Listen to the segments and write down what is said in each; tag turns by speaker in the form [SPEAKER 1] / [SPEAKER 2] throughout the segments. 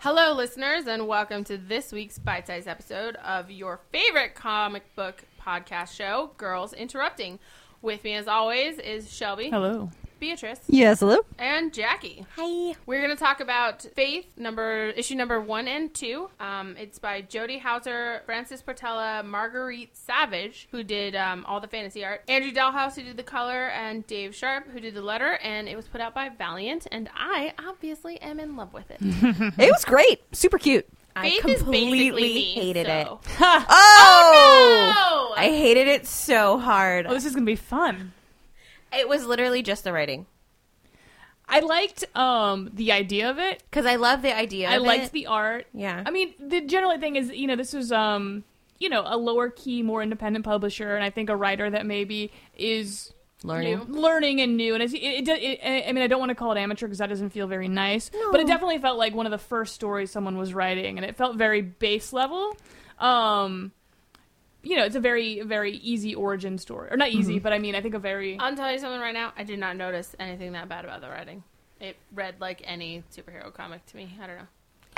[SPEAKER 1] Hello, listeners, and welcome to this week's bite sized episode of your favorite comic book podcast show, Girls Interrupting. With me, as always, is Shelby,
[SPEAKER 2] Hello.
[SPEAKER 1] Beatrice,
[SPEAKER 3] Yes, hello.
[SPEAKER 1] and Jackie.
[SPEAKER 3] Hi.
[SPEAKER 1] We're going to talk about Faith, number issue number one and two. Um, it's by Jody Hauser, Francis Portella, Marguerite Savage, who did um, all the fantasy art, Andrew Dalhouse, who did the color, and Dave Sharp, who did the letter. And it was put out by Valiant, and I obviously am in love with it.
[SPEAKER 3] It was great. Super cute.
[SPEAKER 1] Faith
[SPEAKER 4] I
[SPEAKER 1] is
[SPEAKER 4] completely
[SPEAKER 1] basically me,
[SPEAKER 4] hated
[SPEAKER 1] so-
[SPEAKER 4] it.
[SPEAKER 3] Oh,
[SPEAKER 1] Oh, no!
[SPEAKER 4] I hated it so hard.
[SPEAKER 2] Oh, this is gonna be fun.
[SPEAKER 4] It was literally just the writing
[SPEAKER 2] I liked um the idea of it.
[SPEAKER 4] because I love the idea.
[SPEAKER 2] I
[SPEAKER 4] of
[SPEAKER 2] liked
[SPEAKER 4] it.
[SPEAKER 2] the art.
[SPEAKER 4] Yeah.
[SPEAKER 2] I mean, the general thing is, you know, this was um, you know, a lower key, more independent publisher, and I think a writer that maybe is
[SPEAKER 3] Learning.
[SPEAKER 2] new- learning and new. And it's, it, it, do- it, I I mean, I don't want to call it amateur because that doesn't feel very nice, but it definitely felt like one of the first stories someone was writing, and it felt very base level. Um. You know, it's a very, very easy origin story, or not easy, but I mean, I think a very
[SPEAKER 1] I'm telling you something right now. I did not notice anything that bad about the writing. It read like any superhero comic to me. I don't know.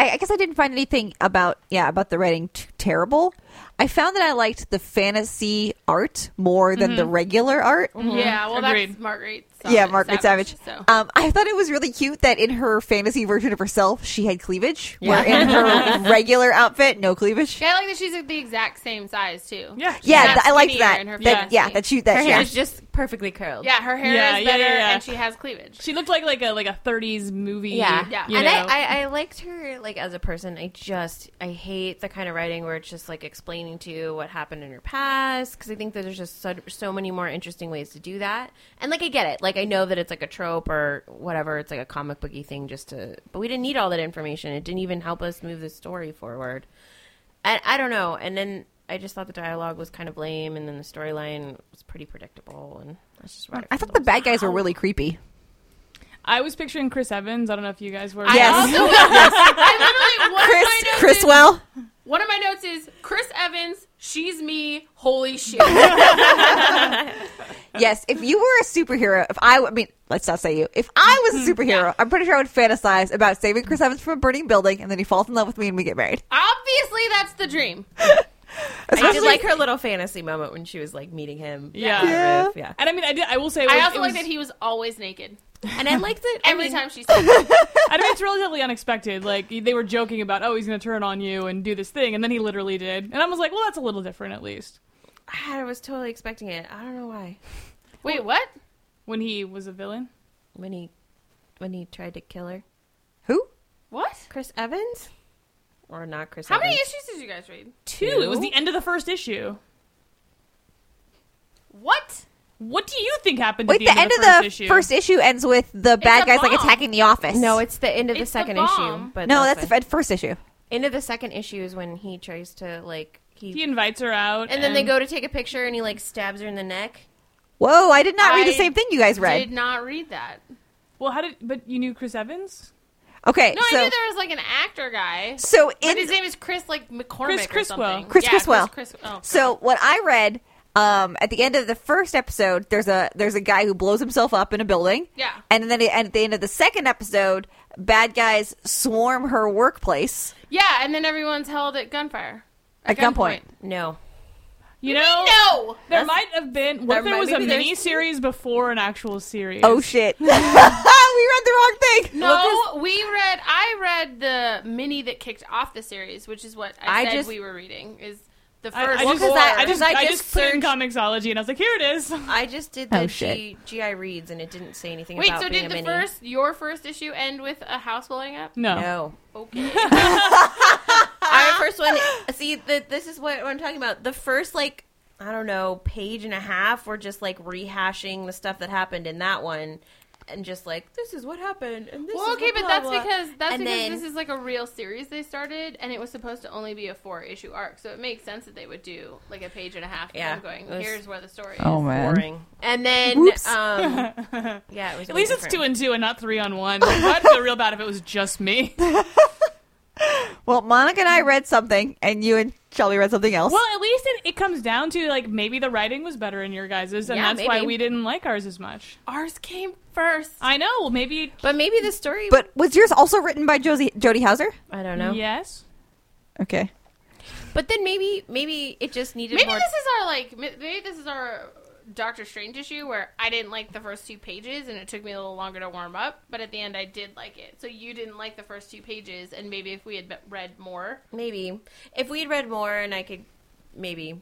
[SPEAKER 3] I, I guess I didn't find anything about yeah about the writing t- terrible. I found that I liked the fantasy art more than the regular art.
[SPEAKER 1] Yeah, well,
[SPEAKER 2] Agreed.
[SPEAKER 1] that's Marguerite. Savage,
[SPEAKER 3] Mm-hmm. Yeah, Margaret Savage.
[SPEAKER 1] So
[SPEAKER 3] Um, I thought it was really cute that in her fantasy version of herself, she had cleavage, where in her regular outfit, no cleavage. Yeah,
[SPEAKER 1] Yeah, I like that she's the exact same size too.
[SPEAKER 2] Yeah.
[SPEAKER 1] She's
[SPEAKER 3] th-
[SPEAKER 1] not
[SPEAKER 3] I liked
[SPEAKER 1] skinnier
[SPEAKER 3] that.
[SPEAKER 1] in her
[SPEAKER 3] that
[SPEAKER 1] fantasy.
[SPEAKER 3] yeah, that she that
[SPEAKER 4] her
[SPEAKER 3] she
[SPEAKER 4] hair is just perfectly curled.
[SPEAKER 1] Yeah, her hair
[SPEAKER 2] Yeah,
[SPEAKER 1] is
[SPEAKER 2] yeah,
[SPEAKER 1] better,
[SPEAKER 2] yeah, yeah.
[SPEAKER 1] and she has cleavage.
[SPEAKER 2] She looked like like a like a 30s movie.
[SPEAKER 4] Yeah,
[SPEAKER 1] Yeah.
[SPEAKER 2] you
[SPEAKER 4] and
[SPEAKER 2] know.
[SPEAKER 4] I, I, I liked her like as a person. I just I hate the kind of writing where it's just like explaining to you what happened in your past because I think that there's just so, so many more interesting ways to do that. And like I get it, like I know that it's like a trope or whatever. It's like a comic booky thing, just to. But we didn't need all that information. It didn't even help us move the story forward. I I don't know. And then I just thought the dialogue was kind of lame, and then the storyline was pretty predictable, and that's just what
[SPEAKER 3] Mm, I thought the bad guys were really creepy.
[SPEAKER 2] I was picturing Chris Evans. I don't know if you guys were.
[SPEAKER 1] I
[SPEAKER 3] Yes.
[SPEAKER 1] also, I literally one
[SPEAKER 3] Chris
[SPEAKER 1] of my notes is,
[SPEAKER 3] Chriswell.
[SPEAKER 1] one of my notes is Chris Evans. She's me. Holy shit!
[SPEAKER 3] Yes, if you were a superhero, if I, I mean, let's not say you. If I was a superhero, I'm pretty sure I would fantasize about saving Chris Evans from a burning building, and then he falls in love with me, and we get married.
[SPEAKER 1] Obviously, that's the dream.
[SPEAKER 4] I did like her little fantasy moment when she was like meeting him.
[SPEAKER 2] Yeah.
[SPEAKER 4] on the
[SPEAKER 3] Yeah.
[SPEAKER 4] roof, yeah.
[SPEAKER 2] And I mean, I, did, I will say, it
[SPEAKER 1] I
[SPEAKER 2] was-
[SPEAKER 1] also
[SPEAKER 2] it
[SPEAKER 1] like
[SPEAKER 2] was-
[SPEAKER 1] that he was always naked
[SPEAKER 4] And I liked it
[SPEAKER 1] every time she said. it.
[SPEAKER 2] I mean, it's relatively unexpected. Like they were joking about, oh, he's going to turn on you and do this thing, and then he literally did. And I was like, well, that's a little different, at least.
[SPEAKER 4] I was totally expecting it. I don't know why.
[SPEAKER 1] Wait, what?
[SPEAKER 2] When he was a villain,
[SPEAKER 4] When he, when he tried to kill her,
[SPEAKER 3] Who?
[SPEAKER 1] What?
[SPEAKER 4] Chris Evans, or not Chris?
[SPEAKER 1] How many
[SPEAKER 4] Evans.
[SPEAKER 1] issues did you guys read?
[SPEAKER 2] two. It was the end of the first issue.
[SPEAKER 1] What?
[SPEAKER 2] What do you think happened?
[SPEAKER 3] Wait, the,
[SPEAKER 2] at the
[SPEAKER 3] end of the
[SPEAKER 2] first
[SPEAKER 3] first
[SPEAKER 2] issue?
[SPEAKER 3] issue. ends with the bad
[SPEAKER 1] a
[SPEAKER 3] guys like
[SPEAKER 1] bomb.
[SPEAKER 3] attacking the office.
[SPEAKER 4] No, it's the end of the
[SPEAKER 1] It's the
[SPEAKER 4] second
[SPEAKER 1] bomb.
[SPEAKER 4] issue. But
[SPEAKER 3] no, that's the
[SPEAKER 4] fine.
[SPEAKER 3] f- first issue.
[SPEAKER 4] end of the second issue is when he tries to like he,
[SPEAKER 2] He invites her out,
[SPEAKER 4] and then they go to take a picture and he like stabs her in the neck.
[SPEAKER 3] Whoa, I did not read the
[SPEAKER 1] I
[SPEAKER 3] same thing you guys read.
[SPEAKER 1] Did not read that.
[SPEAKER 2] Well, how did? But you knew Chris Evans.
[SPEAKER 3] Okay,
[SPEAKER 1] No,
[SPEAKER 3] so
[SPEAKER 1] I knew there was like an actor guy.
[SPEAKER 3] so in
[SPEAKER 1] But his name is Chris like McCormick
[SPEAKER 2] Chris
[SPEAKER 1] or
[SPEAKER 2] Criswell.
[SPEAKER 1] something.
[SPEAKER 3] Chris
[SPEAKER 1] yeah,
[SPEAKER 3] Criswell.
[SPEAKER 1] Chris, Cris- oh.
[SPEAKER 3] So what I read um, at the end of the first episode, there's a there's a guy who blows himself up in a building.
[SPEAKER 1] Yeah.
[SPEAKER 3] And then at the end of the second episode, bad guys swarm her workplace
[SPEAKER 1] Yeah, and then everyone's held at gunfire.
[SPEAKER 3] at, gunpoint.
[SPEAKER 4] No,
[SPEAKER 2] You know,
[SPEAKER 1] No.
[SPEAKER 2] there might have been. What
[SPEAKER 4] there
[SPEAKER 2] if there
[SPEAKER 4] might-
[SPEAKER 2] was a
[SPEAKER 4] maybe there's-
[SPEAKER 2] mini series before an actual series?
[SPEAKER 3] Oh shit! we read the wrong thing.
[SPEAKER 1] No, we read. I read the mini that kicked off the series, which is what I,
[SPEAKER 4] I
[SPEAKER 1] said
[SPEAKER 4] just-
[SPEAKER 1] we were reading. Is the
[SPEAKER 2] I,
[SPEAKER 1] first
[SPEAKER 2] I just,
[SPEAKER 1] four.
[SPEAKER 2] I just,
[SPEAKER 4] 'Cause I
[SPEAKER 2] I
[SPEAKER 4] just
[SPEAKER 2] just put in
[SPEAKER 4] searched-
[SPEAKER 2] comicsology, and I was like, here it is.
[SPEAKER 4] I just did
[SPEAKER 3] Oh,
[SPEAKER 4] the
[SPEAKER 3] shit.
[SPEAKER 4] G, GI reads and it didn't say anything
[SPEAKER 1] Wait,
[SPEAKER 4] about
[SPEAKER 1] so
[SPEAKER 4] being
[SPEAKER 1] did
[SPEAKER 4] a
[SPEAKER 1] the
[SPEAKER 4] mini.
[SPEAKER 1] first your first issue end with a house blowing up?
[SPEAKER 2] No.
[SPEAKER 4] No.
[SPEAKER 1] Okay.
[SPEAKER 4] Our first one. See, the, this is what I'm talking about. The first, like, I don't know, page and a half, we're just like rehashing the stuff that happened in that one, and just like this is what happened. And this
[SPEAKER 1] well,
[SPEAKER 4] is
[SPEAKER 1] okay,
[SPEAKER 4] what
[SPEAKER 1] but
[SPEAKER 4] blah,
[SPEAKER 1] that's
[SPEAKER 4] blah.
[SPEAKER 1] because that's
[SPEAKER 4] And
[SPEAKER 1] because
[SPEAKER 4] then-
[SPEAKER 1] this is like a real series they started, and it was supposed to only be a four issue arc, so it makes sense that they would do like a page and a half.
[SPEAKER 4] Yeah,
[SPEAKER 1] Yeah, going
[SPEAKER 4] it was-
[SPEAKER 1] here's where the story.
[SPEAKER 3] Oh,
[SPEAKER 1] is.
[SPEAKER 4] boring. And then,
[SPEAKER 3] Whoops.
[SPEAKER 4] um, yeah, it was
[SPEAKER 2] At least it's two
[SPEAKER 4] different.
[SPEAKER 2] and two and not three on one. Like, I'd feel real bad if it was just me.
[SPEAKER 3] Well, Monica and I read something, and you and Shelby read something else.
[SPEAKER 2] Well, at least it, it comes down to like maybe the writing was better in your guys's, and
[SPEAKER 4] Yeah,
[SPEAKER 2] that's why
[SPEAKER 4] maybe.
[SPEAKER 2] we didn't like ours as much.
[SPEAKER 1] Ours came first.
[SPEAKER 2] I know. Well, maybe
[SPEAKER 4] But maybe the story.
[SPEAKER 3] But was yours also written by Josie Jody Hauser?
[SPEAKER 4] I don't know.
[SPEAKER 2] yes.
[SPEAKER 3] Okay.
[SPEAKER 4] But then maybe maybe it just needed
[SPEAKER 1] Maybe
[SPEAKER 4] more.
[SPEAKER 1] this is our like. m- Maybe this is our Doctor Strange issue where I didn't like the first two pages and it took me a little longer to warm up, but at the end I did like it. So you didn't like the first two pages, and maybe if we had be- read more,
[SPEAKER 4] maybe if we'd read more, and I could maybe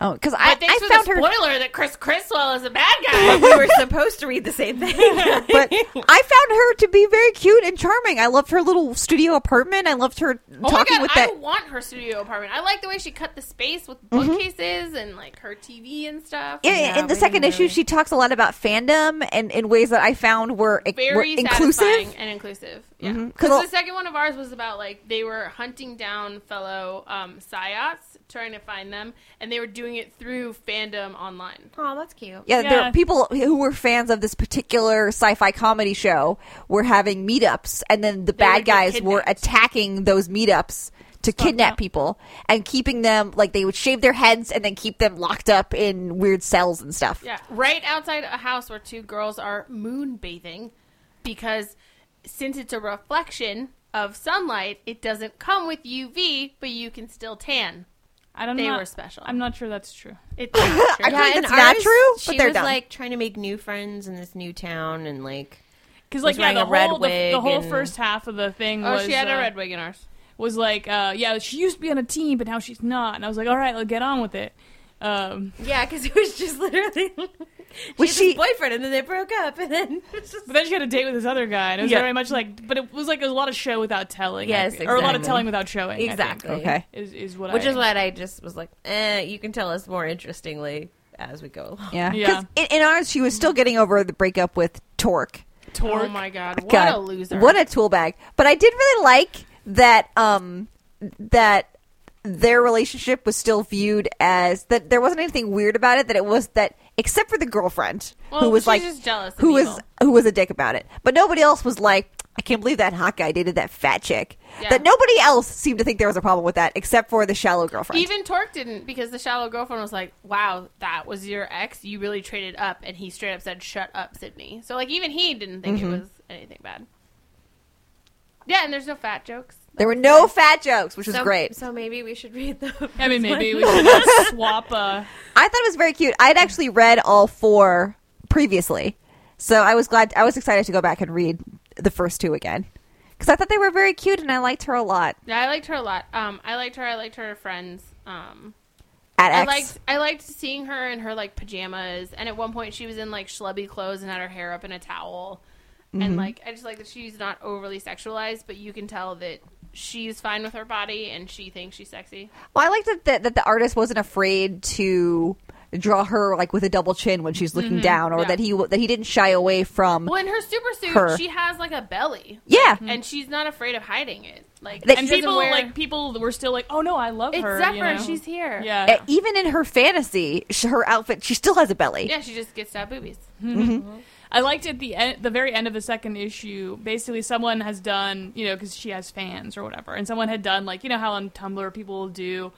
[SPEAKER 3] Oh, because
[SPEAKER 1] but
[SPEAKER 3] I,
[SPEAKER 1] thanks
[SPEAKER 3] I
[SPEAKER 1] for
[SPEAKER 3] found
[SPEAKER 1] the
[SPEAKER 3] her,
[SPEAKER 1] spoiler that Chris Criswell is a bad guy.
[SPEAKER 4] we were supposed to read the same thing.
[SPEAKER 3] but I found her to be very cute and charming. I loved her little studio apartment. I loved her
[SPEAKER 1] Oh my
[SPEAKER 3] talking
[SPEAKER 1] god,
[SPEAKER 3] with
[SPEAKER 1] I
[SPEAKER 3] that. Mm-hmm.
[SPEAKER 1] want her studio apartment. I like the way she cut the space with bookcases and like her TV and stuff.
[SPEAKER 3] In,
[SPEAKER 4] Yeah,
[SPEAKER 3] in the
[SPEAKER 4] we
[SPEAKER 3] second
[SPEAKER 4] didn't
[SPEAKER 3] issue,
[SPEAKER 4] really-
[SPEAKER 3] she talks a lot about fandom and in ways that I found were, e, were
[SPEAKER 1] very
[SPEAKER 3] inclusive.
[SPEAKER 1] satisfying and inclusive. Yeah,
[SPEAKER 3] Mhm. 'Cause
[SPEAKER 1] because
[SPEAKER 3] I'll-
[SPEAKER 1] the second one of ours was about like they were hunting down fellow um, psyops, trying to find them, and they were doing it through fandom online.
[SPEAKER 4] oh, that's cute.
[SPEAKER 3] Yeah, there
[SPEAKER 2] Yeah.
[SPEAKER 3] are people who were fans of this particular sci-fi comedy show were having meetups, and then the
[SPEAKER 1] would
[SPEAKER 3] bad
[SPEAKER 1] get
[SPEAKER 3] guys were
[SPEAKER 1] kidnapped.
[SPEAKER 3] attacking those meetups to kidnap
[SPEAKER 2] up.
[SPEAKER 3] people and keeping them like they would shave their heads and then keep them locked up in weird cells and stuff.
[SPEAKER 1] Yeah, right outside a house where two girls are moon bathing, because since it's a reflection of sunlight, it doesn't come with UV, but you can still tan.
[SPEAKER 2] I don't know.
[SPEAKER 1] They were special.
[SPEAKER 2] I'm not sure that's true.
[SPEAKER 1] It's not true.
[SPEAKER 3] I think
[SPEAKER 4] and
[SPEAKER 3] that's not
[SPEAKER 4] ours,
[SPEAKER 3] true, but
[SPEAKER 4] she
[SPEAKER 3] they're
[SPEAKER 4] was
[SPEAKER 3] dumb.
[SPEAKER 4] like trying to make new friends in this new town, and like
[SPEAKER 2] Because like
[SPEAKER 4] Was
[SPEAKER 2] yeah,
[SPEAKER 4] wearing
[SPEAKER 2] the
[SPEAKER 4] a red
[SPEAKER 2] whole the, the
[SPEAKER 4] wig
[SPEAKER 2] whole
[SPEAKER 4] and-
[SPEAKER 2] first half of the thing
[SPEAKER 1] oh,
[SPEAKER 2] was
[SPEAKER 1] she had
[SPEAKER 2] uh,
[SPEAKER 1] a red wig in ours.
[SPEAKER 2] was like uh, yeah she used to be on a team but now she's not, and I was like all right, let's get on with it. Um,
[SPEAKER 4] yeah, because it was just literally
[SPEAKER 3] Was
[SPEAKER 4] she
[SPEAKER 3] she?
[SPEAKER 4] had this boyfriend, and then they broke up, and then it's just
[SPEAKER 2] but then she had a date with this other guy, and it was
[SPEAKER 3] Yeah.
[SPEAKER 2] very much like, but it was like it was a lot of show without telling. I
[SPEAKER 4] Yes,
[SPEAKER 2] think. or a lot of
[SPEAKER 4] exactly.
[SPEAKER 2] telling without showing. I think,
[SPEAKER 4] exactly
[SPEAKER 3] Okay.
[SPEAKER 2] is is what
[SPEAKER 4] Which
[SPEAKER 2] I,
[SPEAKER 4] is what I just was like, eh, you can tell us more interestingly as we go along.
[SPEAKER 3] Yeah,
[SPEAKER 2] Yeah.
[SPEAKER 3] because in, in ours, she was still getting over the breakup with Torque.
[SPEAKER 1] Oh
[SPEAKER 2] Torque.
[SPEAKER 1] my god, what
[SPEAKER 3] God,
[SPEAKER 1] a loser!
[SPEAKER 3] What a tool bag. But I did really like that um that their relationship was still viewed as that there wasn't anything weird about it that it was that except for the girlfriend who
[SPEAKER 1] Well,
[SPEAKER 3] was
[SPEAKER 1] she's
[SPEAKER 3] like
[SPEAKER 1] just jealous and
[SPEAKER 3] who was
[SPEAKER 1] evil.
[SPEAKER 3] who was a dick about it. But nobody else was like I can't believe that hot guy dated that fat chick.
[SPEAKER 1] Yeah.
[SPEAKER 3] That nobody else seemed to think there was a problem with that except for the shallow girlfriend.
[SPEAKER 1] Even Torque didn't because the shallow girlfriend was like, "Wow, that was your ex. You really traded up." And he straight up said, "Shut up, Sydney." So like, even he didn't think
[SPEAKER 3] Mm-hmm.
[SPEAKER 1] it was anything bad. Yeah, and there's no fat jokes.
[SPEAKER 3] there were no fat jokes, which was
[SPEAKER 4] so,
[SPEAKER 3] great.
[SPEAKER 4] So maybe we should read them.
[SPEAKER 2] I mean, maybe we should swap. Uh,
[SPEAKER 3] I thought it was very cute. I'd actually read all four previously, so I was glad. I was excited to go back and read the first two again because I thought they were very cute and I liked her a lot.
[SPEAKER 1] Yeah, I liked her a lot. Um, I liked her. I liked her friends. Um,
[SPEAKER 3] At
[SPEAKER 1] I
[SPEAKER 3] X,
[SPEAKER 1] liked I liked seeing her in her like pajamas, and at one point she was in like schlubby clothes and had her hair up in a towel, and like I just like that she's not overly sexualized, but you can tell that she's fine with her body and she thinks she's sexy.
[SPEAKER 3] well, I liked that, that that the artist wasn't afraid to draw her like with a double chin when she's looking down, or
[SPEAKER 1] Mm-hmm. yeah.
[SPEAKER 3] that he w- that he didn't shy away from.
[SPEAKER 1] Well, in her super suit,
[SPEAKER 3] Her.
[SPEAKER 1] she has like a belly.
[SPEAKER 3] Yeah.
[SPEAKER 1] Like, and she's not afraid of hiding it. Mm-hmm. Like
[SPEAKER 3] That-
[SPEAKER 1] she
[SPEAKER 2] and
[SPEAKER 1] doesn't
[SPEAKER 2] people
[SPEAKER 1] wear-
[SPEAKER 2] like people were still like, oh no, I love
[SPEAKER 1] it's
[SPEAKER 2] her.
[SPEAKER 1] Zephyr.
[SPEAKER 2] you know?
[SPEAKER 1] She's here.
[SPEAKER 2] yeah.
[SPEAKER 3] Uh, Even in her fantasy, sh- her outfit she still has a belly.
[SPEAKER 1] yeah. She just gets to have boobies.
[SPEAKER 2] I liked at the end, the very end of the second issue. Basically, someone has done, you know, because she has fans or whatever, and someone had done like, you know, how on Tumblr people will do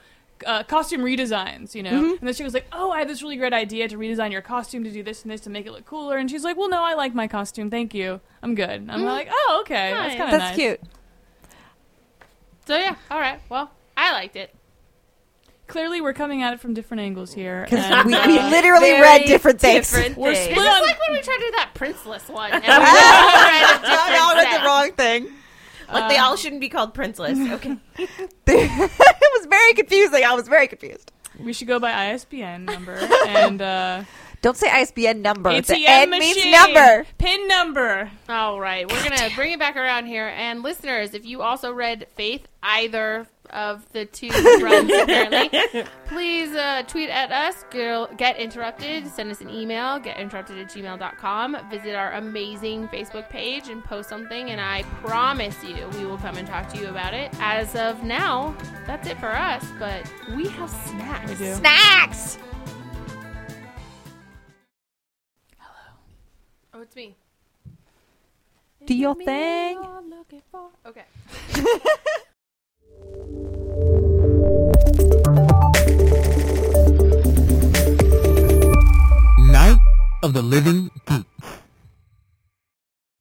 [SPEAKER 2] uh, costume redesigns, you know.
[SPEAKER 3] Mm-hmm.
[SPEAKER 2] And then she was like, "Oh, I have this really great idea to redesign your costume to do this and this to make it look cooler." And she's like, "Well, no, I like my costume. Thank you. I'm good." And I'm like, "Oh, okay, that's
[SPEAKER 1] Nice.
[SPEAKER 2] kind of
[SPEAKER 3] Mm. That's
[SPEAKER 2] nice.
[SPEAKER 3] cute.
[SPEAKER 1] So yeah. All right. Well, I liked it.
[SPEAKER 2] Clearly, we're coming at it from different angles here.
[SPEAKER 3] Because
[SPEAKER 2] and,
[SPEAKER 3] we,
[SPEAKER 2] uh,
[SPEAKER 3] we literally
[SPEAKER 4] Very
[SPEAKER 3] read different things.
[SPEAKER 4] different
[SPEAKER 2] We're
[SPEAKER 1] This
[SPEAKER 4] things.
[SPEAKER 2] split
[SPEAKER 1] is
[SPEAKER 2] on
[SPEAKER 1] like when we tried to do that princeless one. And we read a different
[SPEAKER 3] I read
[SPEAKER 1] set.
[SPEAKER 3] the wrong thing.
[SPEAKER 4] Like they all shouldn't be called princeless. Okay.
[SPEAKER 3] it was very confusing. I was very confused.
[SPEAKER 2] We should go by ISBN number and uh,
[SPEAKER 3] Don't say ISBN number. the
[SPEAKER 2] ATM
[SPEAKER 3] N
[SPEAKER 2] machine
[SPEAKER 3] means number.
[SPEAKER 2] pin number.
[SPEAKER 1] All right, we're gonna bring it back around here, and listeners, if you also read Faith, either of the two runs, apparently, please uh, tweet at us. Girl, get interrupted. Send us an email. Get interrupted at gmail.com. Visit our amazing Facebook page and post something, and I promise you, we will come and talk to you about it. As of now, that's it for us, but we have snacks.
[SPEAKER 2] We do.
[SPEAKER 3] Snacks.
[SPEAKER 1] Oh, it's me.
[SPEAKER 3] Do your
[SPEAKER 1] Me
[SPEAKER 3] thing.
[SPEAKER 1] you're looking for. Okay.
[SPEAKER 5] of the living poop.